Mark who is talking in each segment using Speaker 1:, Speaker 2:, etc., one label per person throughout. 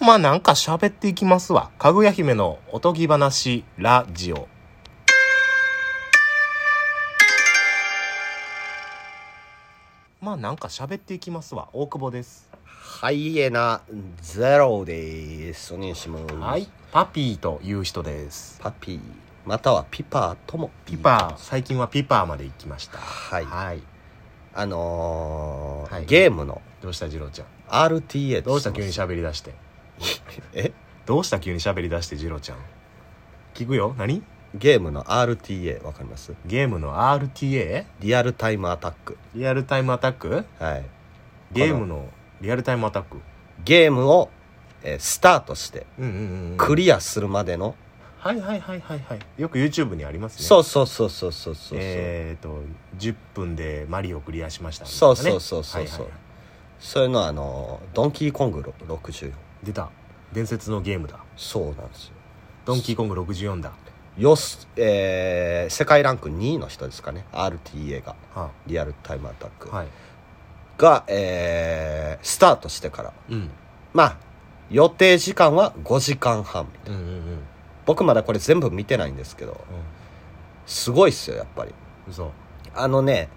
Speaker 1: まあなんか喋っていきますわ。かぐや姫のおとぎ話ラジオ。まあなんか喋っていきますわ。大久保です。
Speaker 2: ハイエナゼロです。お願いします。
Speaker 1: はい。。パピーという人です。
Speaker 2: パピー、またはピパーとも
Speaker 1: ピパー、最近はピパーまで行きました。
Speaker 2: はい
Speaker 1: はい。
Speaker 2: あのー
Speaker 1: はい
Speaker 2: ゲームの
Speaker 1: どうした次郎ちゃん。
Speaker 2: RTA です
Speaker 1: どうした急に喋り出して。
Speaker 2: え
Speaker 1: どうした急に喋り出して次郎ちゃん。聞くよ。何
Speaker 2: ゲームの RTA わかります
Speaker 1: ゲームの RTA?
Speaker 2: リアルタイムアタック。
Speaker 1: リアルタイムアタック
Speaker 2: はい。
Speaker 1: ゲームのリアルタイムアタック。
Speaker 2: ゲームを、えースタートして
Speaker 1: うんうんうん。
Speaker 2: クリアするまでの、
Speaker 1: はいはいはいはいはい。よく YouTube にありますね。
Speaker 2: そううそうそうそうそうそうそう、
Speaker 1: えっ、と、10分でマリオクリアしました、ね。
Speaker 2: そうそうそうそう
Speaker 1: はいはいはい
Speaker 2: そういうのはあのードンキーコング64
Speaker 1: 出た。伝説のゲームだ。
Speaker 2: そうなんですよ
Speaker 1: ドンキーコング64だ。
Speaker 2: よす、えー世界ランク2位の人ですかね RTA が
Speaker 1: は
Speaker 2: リアルタイムアタック
Speaker 1: あ、はい。
Speaker 2: が、えースタートしてから
Speaker 1: うん。
Speaker 2: まあ予定時間は5時間半
Speaker 1: うんうんうん。
Speaker 2: 僕まだこれ全部見てないんですけどすごいっすよやっぱり
Speaker 1: 嘘。
Speaker 2: あのね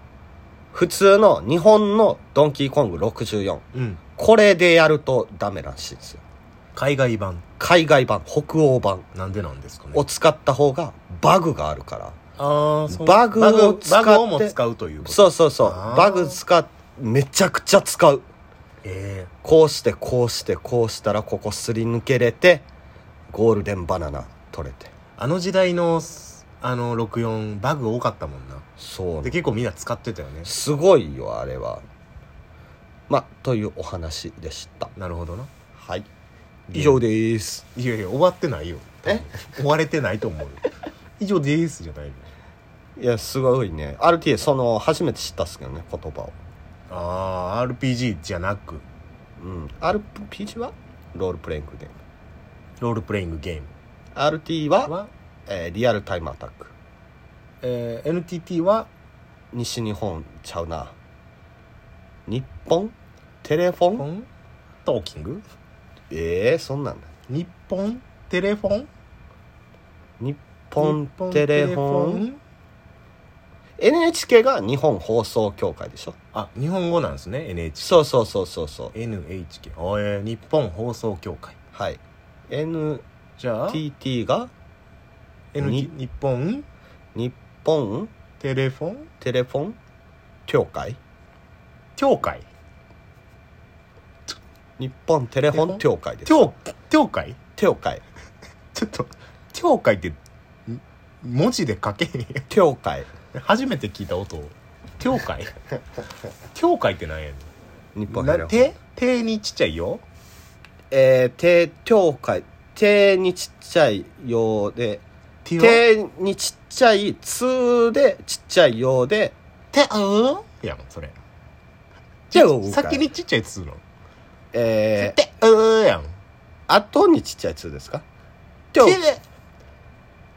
Speaker 2: 普通の日本のドンキーコング64
Speaker 1: うん。
Speaker 2: これでやるとダメらしいんですよ
Speaker 1: 海外版。
Speaker 2: 海外版北欧版
Speaker 1: なんでなんですかね。
Speaker 2: を使った方がバグがあるから
Speaker 1: あーそう
Speaker 2: バグを使って
Speaker 1: バグをも使うということ。
Speaker 2: そうそうそう
Speaker 1: あー
Speaker 2: バグ使っめちゃくちゃ使う
Speaker 1: え
Speaker 2: こうしてこうしてこうしたらここすり抜けれてゴールデンバナナ取れて
Speaker 1: えあの時代の、あの、64、バグ多かったもんな。
Speaker 2: そう
Speaker 1: で、結構みんな使ってたよね。
Speaker 2: すごいよあれはまあというお話でした
Speaker 1: なるほどな。
Speaker 2: はい以上です
Speaker 1: いやいや、終わってないよ。
Speaker 2: え
Speaker 1: 終われてないと思うよ。以上でーすじゃないの。
Speaker 2: いやすごいね RTA その初めて知ったっすけどね言葉を
Speaker 1: あー、RPG じゃなく、
Speaker 2: うん RPG はロールプレイングゲーム
Speaker 1: ロールプレイングゲーム
Speaker 2: RT は、
Speaker 1: は、
Speaker 2: えーリアルタイムアタック
Speaker 1: えー NTT は、
Speaker 2: 西日本ちゃうな日本テレフォン
Speaker 1: 日本トーキング
Speaker 2: ええそんなんだ
Speaker 1: 日本テレフォン
Speaker 2: 日本テレフォン
Speaker 1: ン
Speaker 2: NHK が日本放送協会でしょ
Speaker 1: あ、日本語なんですね、NHK。
Speaker 2: そうそうそうそうそう
Speaker 1: NHK。あーえー日本放送協会。
Speaker 2: はい NTT
Speaker 1: じゃあ、
Speaker 2: が
Speaker 1: N
Speaker 2: に
Speaker 1: 日本
Speaker 2: 日本
Speaker 1: テレフォン
Speaker 2: テレフォン協会
Speaker 1: 協会
Speaker 2: 日本テレフォン協会です
Speaker 1: 協、協会
Speaker 2: 協会
Speaker 1: ちょっと、協会って、ん文字で書けへんやん
Speaker 2: 協会
Speaker 1: 初めて聞いた音教会教会って何やね
Speaker 2: 日本
Speaker 1: ん
Speaker 2: テレ
Speaker 1: な
Speaker 2: フォ
Speaker 1: 手
Speaker 2: ン
Speaker 1: 手にちっちゃいよ
Speaker 2: えー、手協会手にちっちゃいようで
Speaker 1: 手手
Speaker 2: 手にちっちゃい「つ」でちっちゃいようで
Speaker 1: 手うやんそれ
Speaker 2: じゃあ
Speaker 1: 先にちっちゃいつうの
Speaker 2: えー、
Speaker 1: 手うやん
Speaker 2: 後にちっちゃい「つ」ですか
Speaker 1: 手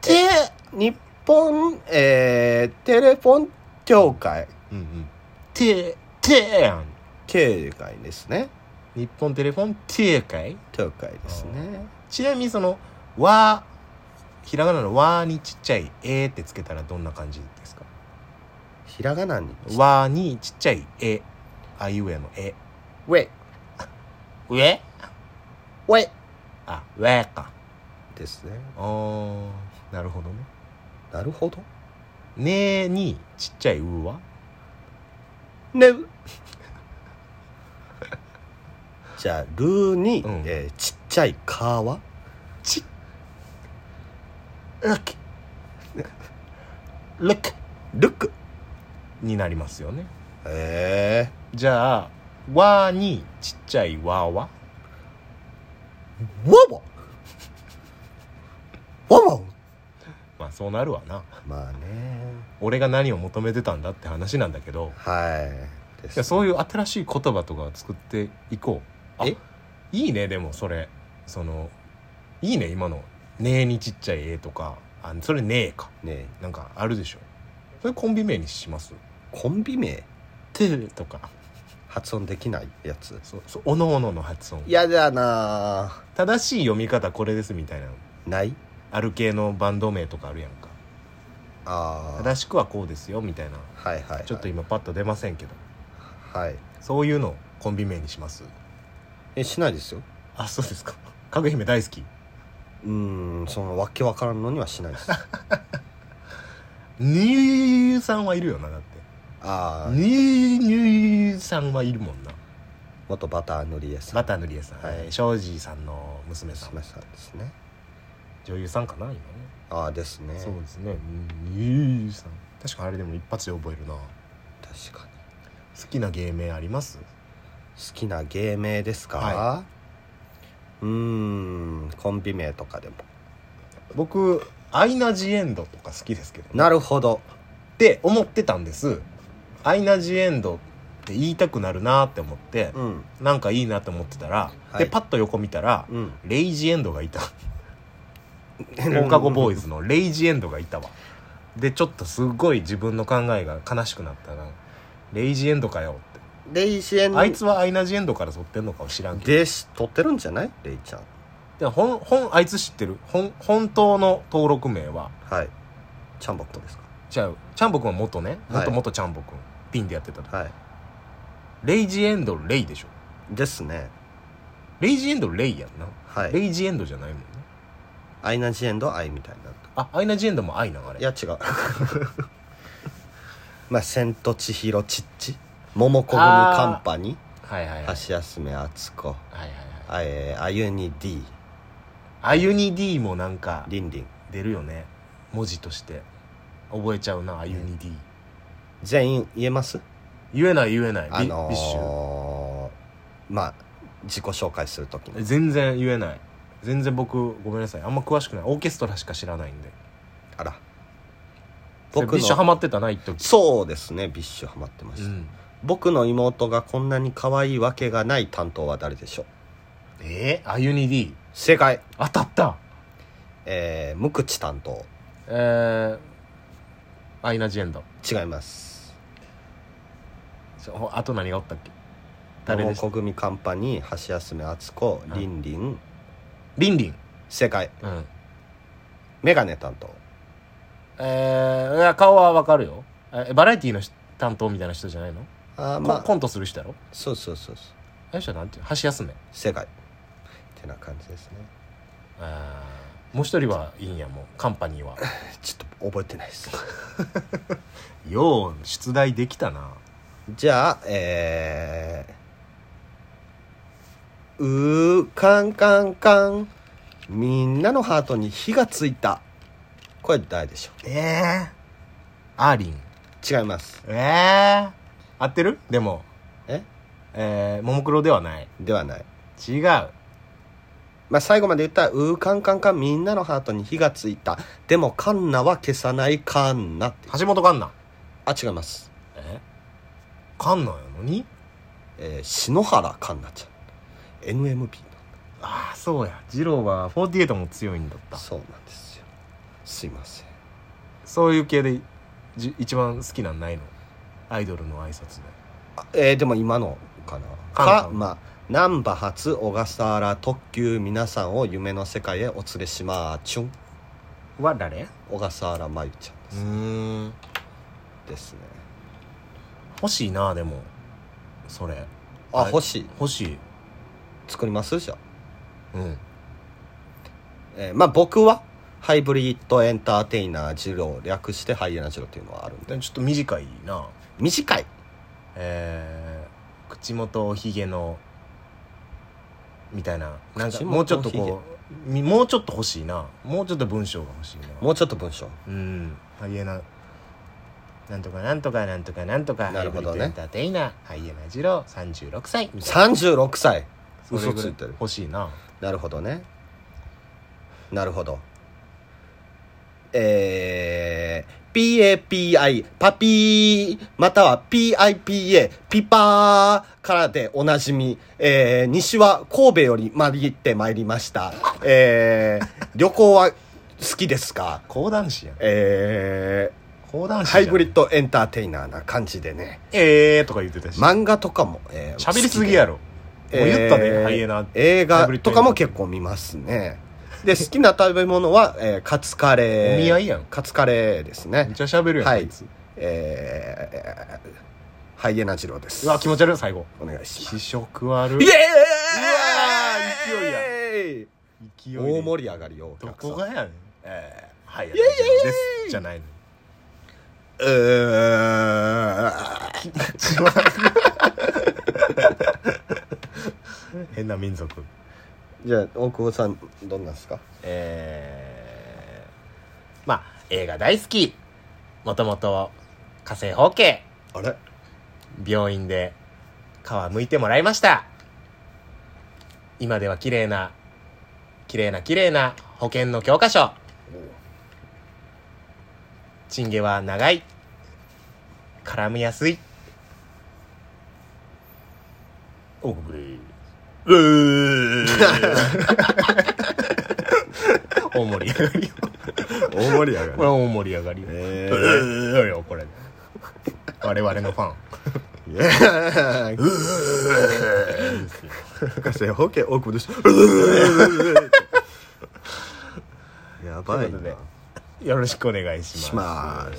Speaker 2: 手
Speaker 1: 手
Speaker 2: 日本、えー、テレフォン協会
Speaker 1: うんうん手手やん
Speaker 2: 協会ですね
Speaker 1: 日本テレフォン手会
Speaker 2: 協会ですね
Speaker 1: ちなみにその「わ」ひらがなの「わ」にちっちゃい「え」ってつけたらどんな感じですか
Speaker 2: ひらがなに
Speaker 1: 「わ」にちっちゃい「え」あいうえの「え
Speaker 2: ウェイ」
Speaker 1: 上
Speaker 2: ウェイ
Speaker 1: あ上か
Speaker 2: ですね
Speaker 1: あーなるほどね
Speaker 2: なるほど
Speaker 1: 「ね」にちっちゃい「う」は
Speaker 2: ね じゃあ「る」に、
Speaker 1: うん
Speaker 2: えーちっちゃい「か」は
Speaker 1: ちルクルク
Speaker 2: 「るく
Speaker 1: になりますよね」
Speaker 2: え
Speaker 1: じゃあ「わ」にちっちゃい「わ」は
Speaker 2: ー、わわわわわ
Speaker 1: まあそうなるわな
Speaker 2: まあね
Speaker 1: 俺が何を求めてたんだって話なんだけど
Speaker 2: はいで
Speaker 1: いやそういうう新しい言葉とかを作っていこうあ
Speaker 2: え
Speaker 1: いいねでもそれそのいいね今の「ね」にちっちゃい「え」とかあそれ「ねえ」か
Speaker 2: ね
Speaker 1: なんかあるでしょそれコンビ名にします
Speaker 2: コンビ名
Speaker 1: 「て」とか
Speaker 2: 発音できないやつ
Speaker 1: そうそうおのおのの発音
Speaker 2: 嫌だな
Speaker 1: 正しい読み方これですみたいなの
Speaker 2: ぁない
Speaker 1: ある系のバンド名とかあるやんか
Speaker 2: ああ
Speaker 1: 正しくはこうですよみたいな
Speaker 2: はいはい、はい、
Speaker 1: ちょっと今パッと出ませんけど
Speaker 2: はい
Speaker 1: そういうのをコンビ名にします
Speaker 2: えしないですよ
Speaker 1: あそうですかかぐや姫大好き
Speaker 2: うーんそのわけわからんのにはしないです
Speaker 1: ニューさんはいるよなだって
Speaker 2: ああ
Speaker 1: ニューニューさんはいるもんな
Speaker 2: 元バター塗り絵さん
Speaker 1: バターのりえさん、
Speaker 2: はい
Speaker 1: えー庄司さんの娘さん
Speaker 2: 娘さんですね
Speaker 1: 女優さんかな今ね
Speaker 2: ああですね
Speaker 1: そうですねニューさん確かあれでも一発で覚えるな好
Speaker 2: 確かに
Speaker 1: きな芸名あります
Speaker 2: 好きな芸名ですか、
Speaker 1: は
Speaker 2: うーんコンビ名とかでも
Speaker 1: 僕アイナ・ジ・エンドとか好きですけど
Speaker 2: なるほど
Speaker 1: って思ってたんですアイナ・ジ・エンドって言いたくなるなって思って、
Speaker 2: うん
Speaker 1: なんかいいなって思ってたら、
Speaker 2: はい
Speaker 1: でパッと横見たら、
Speaker 2: うん
Speaker 1: レイジ・エンドが いた 放課後ボーイズのレイジ・エンドがいたわでちょっとすごい自分の考えが悲しくなったなレイジ・エンドかよって
Speaker 2: レイジエンド
Speaker 1: あいつはアイナ・ジ・エンドから取ってんのかを知らんけど
Speaker 2: でし撮ってるんじゃないレイちゃん
Speaker 1: で本本あいつ知ってる本本当の登録名は
Speaker 2: はいチャンバットですか
Speaker 1: じゃあチャンボくんは元ね
Speaker 2: はい
Speaker 1: 元元チャンボくんピンでやってた時
Speaker 2: はい
Speaker 1: レイジ・エンドレイでしょ
Speaker 2: ですね
Speaker 1: レイジエンドレイやんな、
Speaker 2: はい
Speaker 1: レイジエンドじゃないもんね
Speaker 2: アイナ・ジ・エンド・アイみたいになる
Speaker 1: あアイナ・ジエンドも愛なあれ
Speaker 2: いや違う まあ「千と千尋チッチ」「桃子組カンパニー」
Speaker 1: はいはいはいはい
Speaker 2: 橋休め敦子
Speaker 1: はいはい
Speaker 2: あえーあゆに D
Speaker 1: アユニ D もなんか
Speaker 2: りんりん
Speaker 1: 出るよね文字として覚えちゃうなアユニ D、
Speaker 2: 全員言えます
Speaker 1: 言えない言えないビ,、
Speaker 2: あ
Speaker 1: ビッシュ
Speaker 2: のー、まあ自己紹介するときに
Speaker 1: 全然言えない全然僕ごめんなさいあんま詳しくないオーケストラしか知らないんで
Speaker 2: あら
Speaker 1: 僕ビッシュハマってたな一時
Speaker 2: そうですねビッシュハマってま
Speaker 1: う
Speaker 2: した、
Speaker 1: ん
Speaker 2: 僕の妹がこんなに可愛いわけがない担当は誰でしょう
Speaker 1: えー、アユニ D
Speaker 2: 正解
Speaker 1: 当たった
Speaker 2: えー、無口担当
Speaker 1: えー、アイナ・ジエンド
Speaker 2: 違います
Speaker 1: ちょあと何がおったっけ誰でした
Speaker 2: 桃子組カンパニー橋休め敦子
Speaker 1: はい
Speaker 2: りんりん
Speaker 1: リンリン
Speaker 2: 正解
Speaker 1: うん
Speaker 2: メガネ担当
Speaker 1: えー、いや顔はわかるよえバラエティのし担当みたいな人じゃないの、
Speaker 2: あー
Speaker 1: コ
Speaker 2: ま
Speaker 1: コ
Speaker 2: あ
Speaker 1: ントする人やろ
Speaker 2: そうそうそうそう
Speaker 1: あの人なんていう箸休め
Speaker 2: 正解ってな感じですね
Speaker 1: あーもう一人はいいんやもうカンパニーは
Speaker 2: ちょっと覚えてないです
Speaker 1: よう出題できたな
Speaker 2: じゃあえー、うーカンカンカンみんなのハートに火がついたこれ誰でしょ
Speaker 1: ええアーリン
Speaker 2: う違います
Speaker 1: ええ合ってるでも
Speaker 2: え
Speaker 1: えー、ももクロではない
Speaker 2: ではない
Speaker 1: 違う
Speaker 2: まあ、最後まで言ったら「うーカンカンカンみんなのハートに火がついた」でも「カンナは消さないカンナ」っていう
Speaker 1: 橋本環奈
Speaker 2: あ違います、
Speaker 1: え環奈やのに
Speaker 2: えー、篠原カンナちゃん NMB
Speaker 1: ああそうや二郎は48も強いんだった
Speaker 2: のそうなんですよすいません
Speaker 1: そういう系でじ一番好きなんないのアイドルの挨拶で
Speaker 2: あえー、でも今のかな
Speaker 1: カンカン
Speaker 2: かまあ難波発小笠原特急皆さんを夢の世界へお連れしまーちゅん
Speaker 1: は誰う
Speaker 2: 小笠原真由ちゃん
Speaker 1: ーん
Speaker 2: ですね
Speaker 1: 欲しいなでもそれ
Speaker 2: あ、
Speaker 1: はい
Speaker 2: 欲しい
Speaker 1: 欲しい
Speaker 2: 作りますじゃあ、
Speaker 1: うん
Speaker 2: えーまあ僕はハイブリッドエンターテイナー二郎略してハイエナ二郎っていうのはあるんで
Speaker 1: でもちょっと短いな
Speaker 2: 短い
Speaker 1: えー、口元おひげのみたいななんか
Speaker 2: 口元
Speaker 1: もうちょっとこうみもうちょっと欲しいなもうちょっと文章が欲しいな
Speaker 2: もうちょっと文章
Speaker 1: うんハイエナなんとかなんとかなんとかなんとか
Speaker 2: なるほど
Speaker 1: ハイブリッ
Speaker 2: ね
Speaker 1: ドエンターテイナーハイエナ二郎36歳みたいな
Speaker 2: 36歳
Speaker 1: それぐ
Speaker 2: 嘘
Speaker 1: らい
Speaker 2: ついてる
Speaker 1: 欲しいな
Speaker 2: なるほどねなるほどえー、PAPI パピーまたは PIPA ピパーからでおなじみ、えー、西は神戸よりまりってまいりましたえー、旅行は好きですか
Speaker 1: 講談師やん
Speaker 2: えー、
Speaker 1: 講談師じ
Speaker 2: ハ
Speaker 1: ゃん
Speaker 2: イブリッドエンターテイナーな感じでね
Speaker 1: ええーとか言ってたし
Speaker 2: 漫画とかも喋、えー
Speaker 1: 喋りすぎやろもう
Speaker 2: 好きで
Speaker 1: 言ったね、
Speaker 2: えー
Speaker 1: ハイエナ
Speaker 2: 映
Speaker 1: ハイ
Speaker 2: 画
Speaker 1: ブリッド
Speaker 2: とかも結構見ますねで好きな食べ物は、えーカツカレー
Speaker 1: お見合いやん
Speaker 2: カツカレーですね
Speaker 1: めっちゃ喋るやん、
Speaker 2: は
Speaker 1: はいいつ
Speaker 2: えーハイエナ二郎です
Speaker 1: うわ気持ち悪い最後
Speaker 2: お願いします
Speaker 1: 試食ある
Speaker 2: イエーイ
Speaker 1: うわ勢
Speaker 2: 勢
Speaker 1: いで
Speaker 2: 大盛り上がりよお
Speaker 1: ど
Speaker 2: 客さん
Speaker 1: こがやねん
Speaker 2: え
Speaker 1: はい
Speaker 2: イエイイエイ
Speaker 1: ですじゃないの
Speaker 2: ーうー
Speaker 1: 変な民族
Speaker 2: じゃあ大久保さんどんなんですか
Speaker 1: えー、まあ映画大好きもともと火星包茎
Speaker 2: あれ
Speaker 1: 病院で皮剥いてもらいました今では綺麗な綺麗な綺麗な保険の教科書チンゲは長い絡みやすいおぐれ うー大盛り上がり
Speaker 2: 大盛り上
Speaker 1: これは
Speaker 2: り
Speaker 1: 大盛り上がり
Speaker 2: え
Speaker 1: う ーよこれ我々のファン
Speaker 2: ー、イエーイ火星保険大久保ですやばい
Speaker 1: ということ
Speaker 2: な
Speaker 1: でよろしくお願いします
Speaker 2: します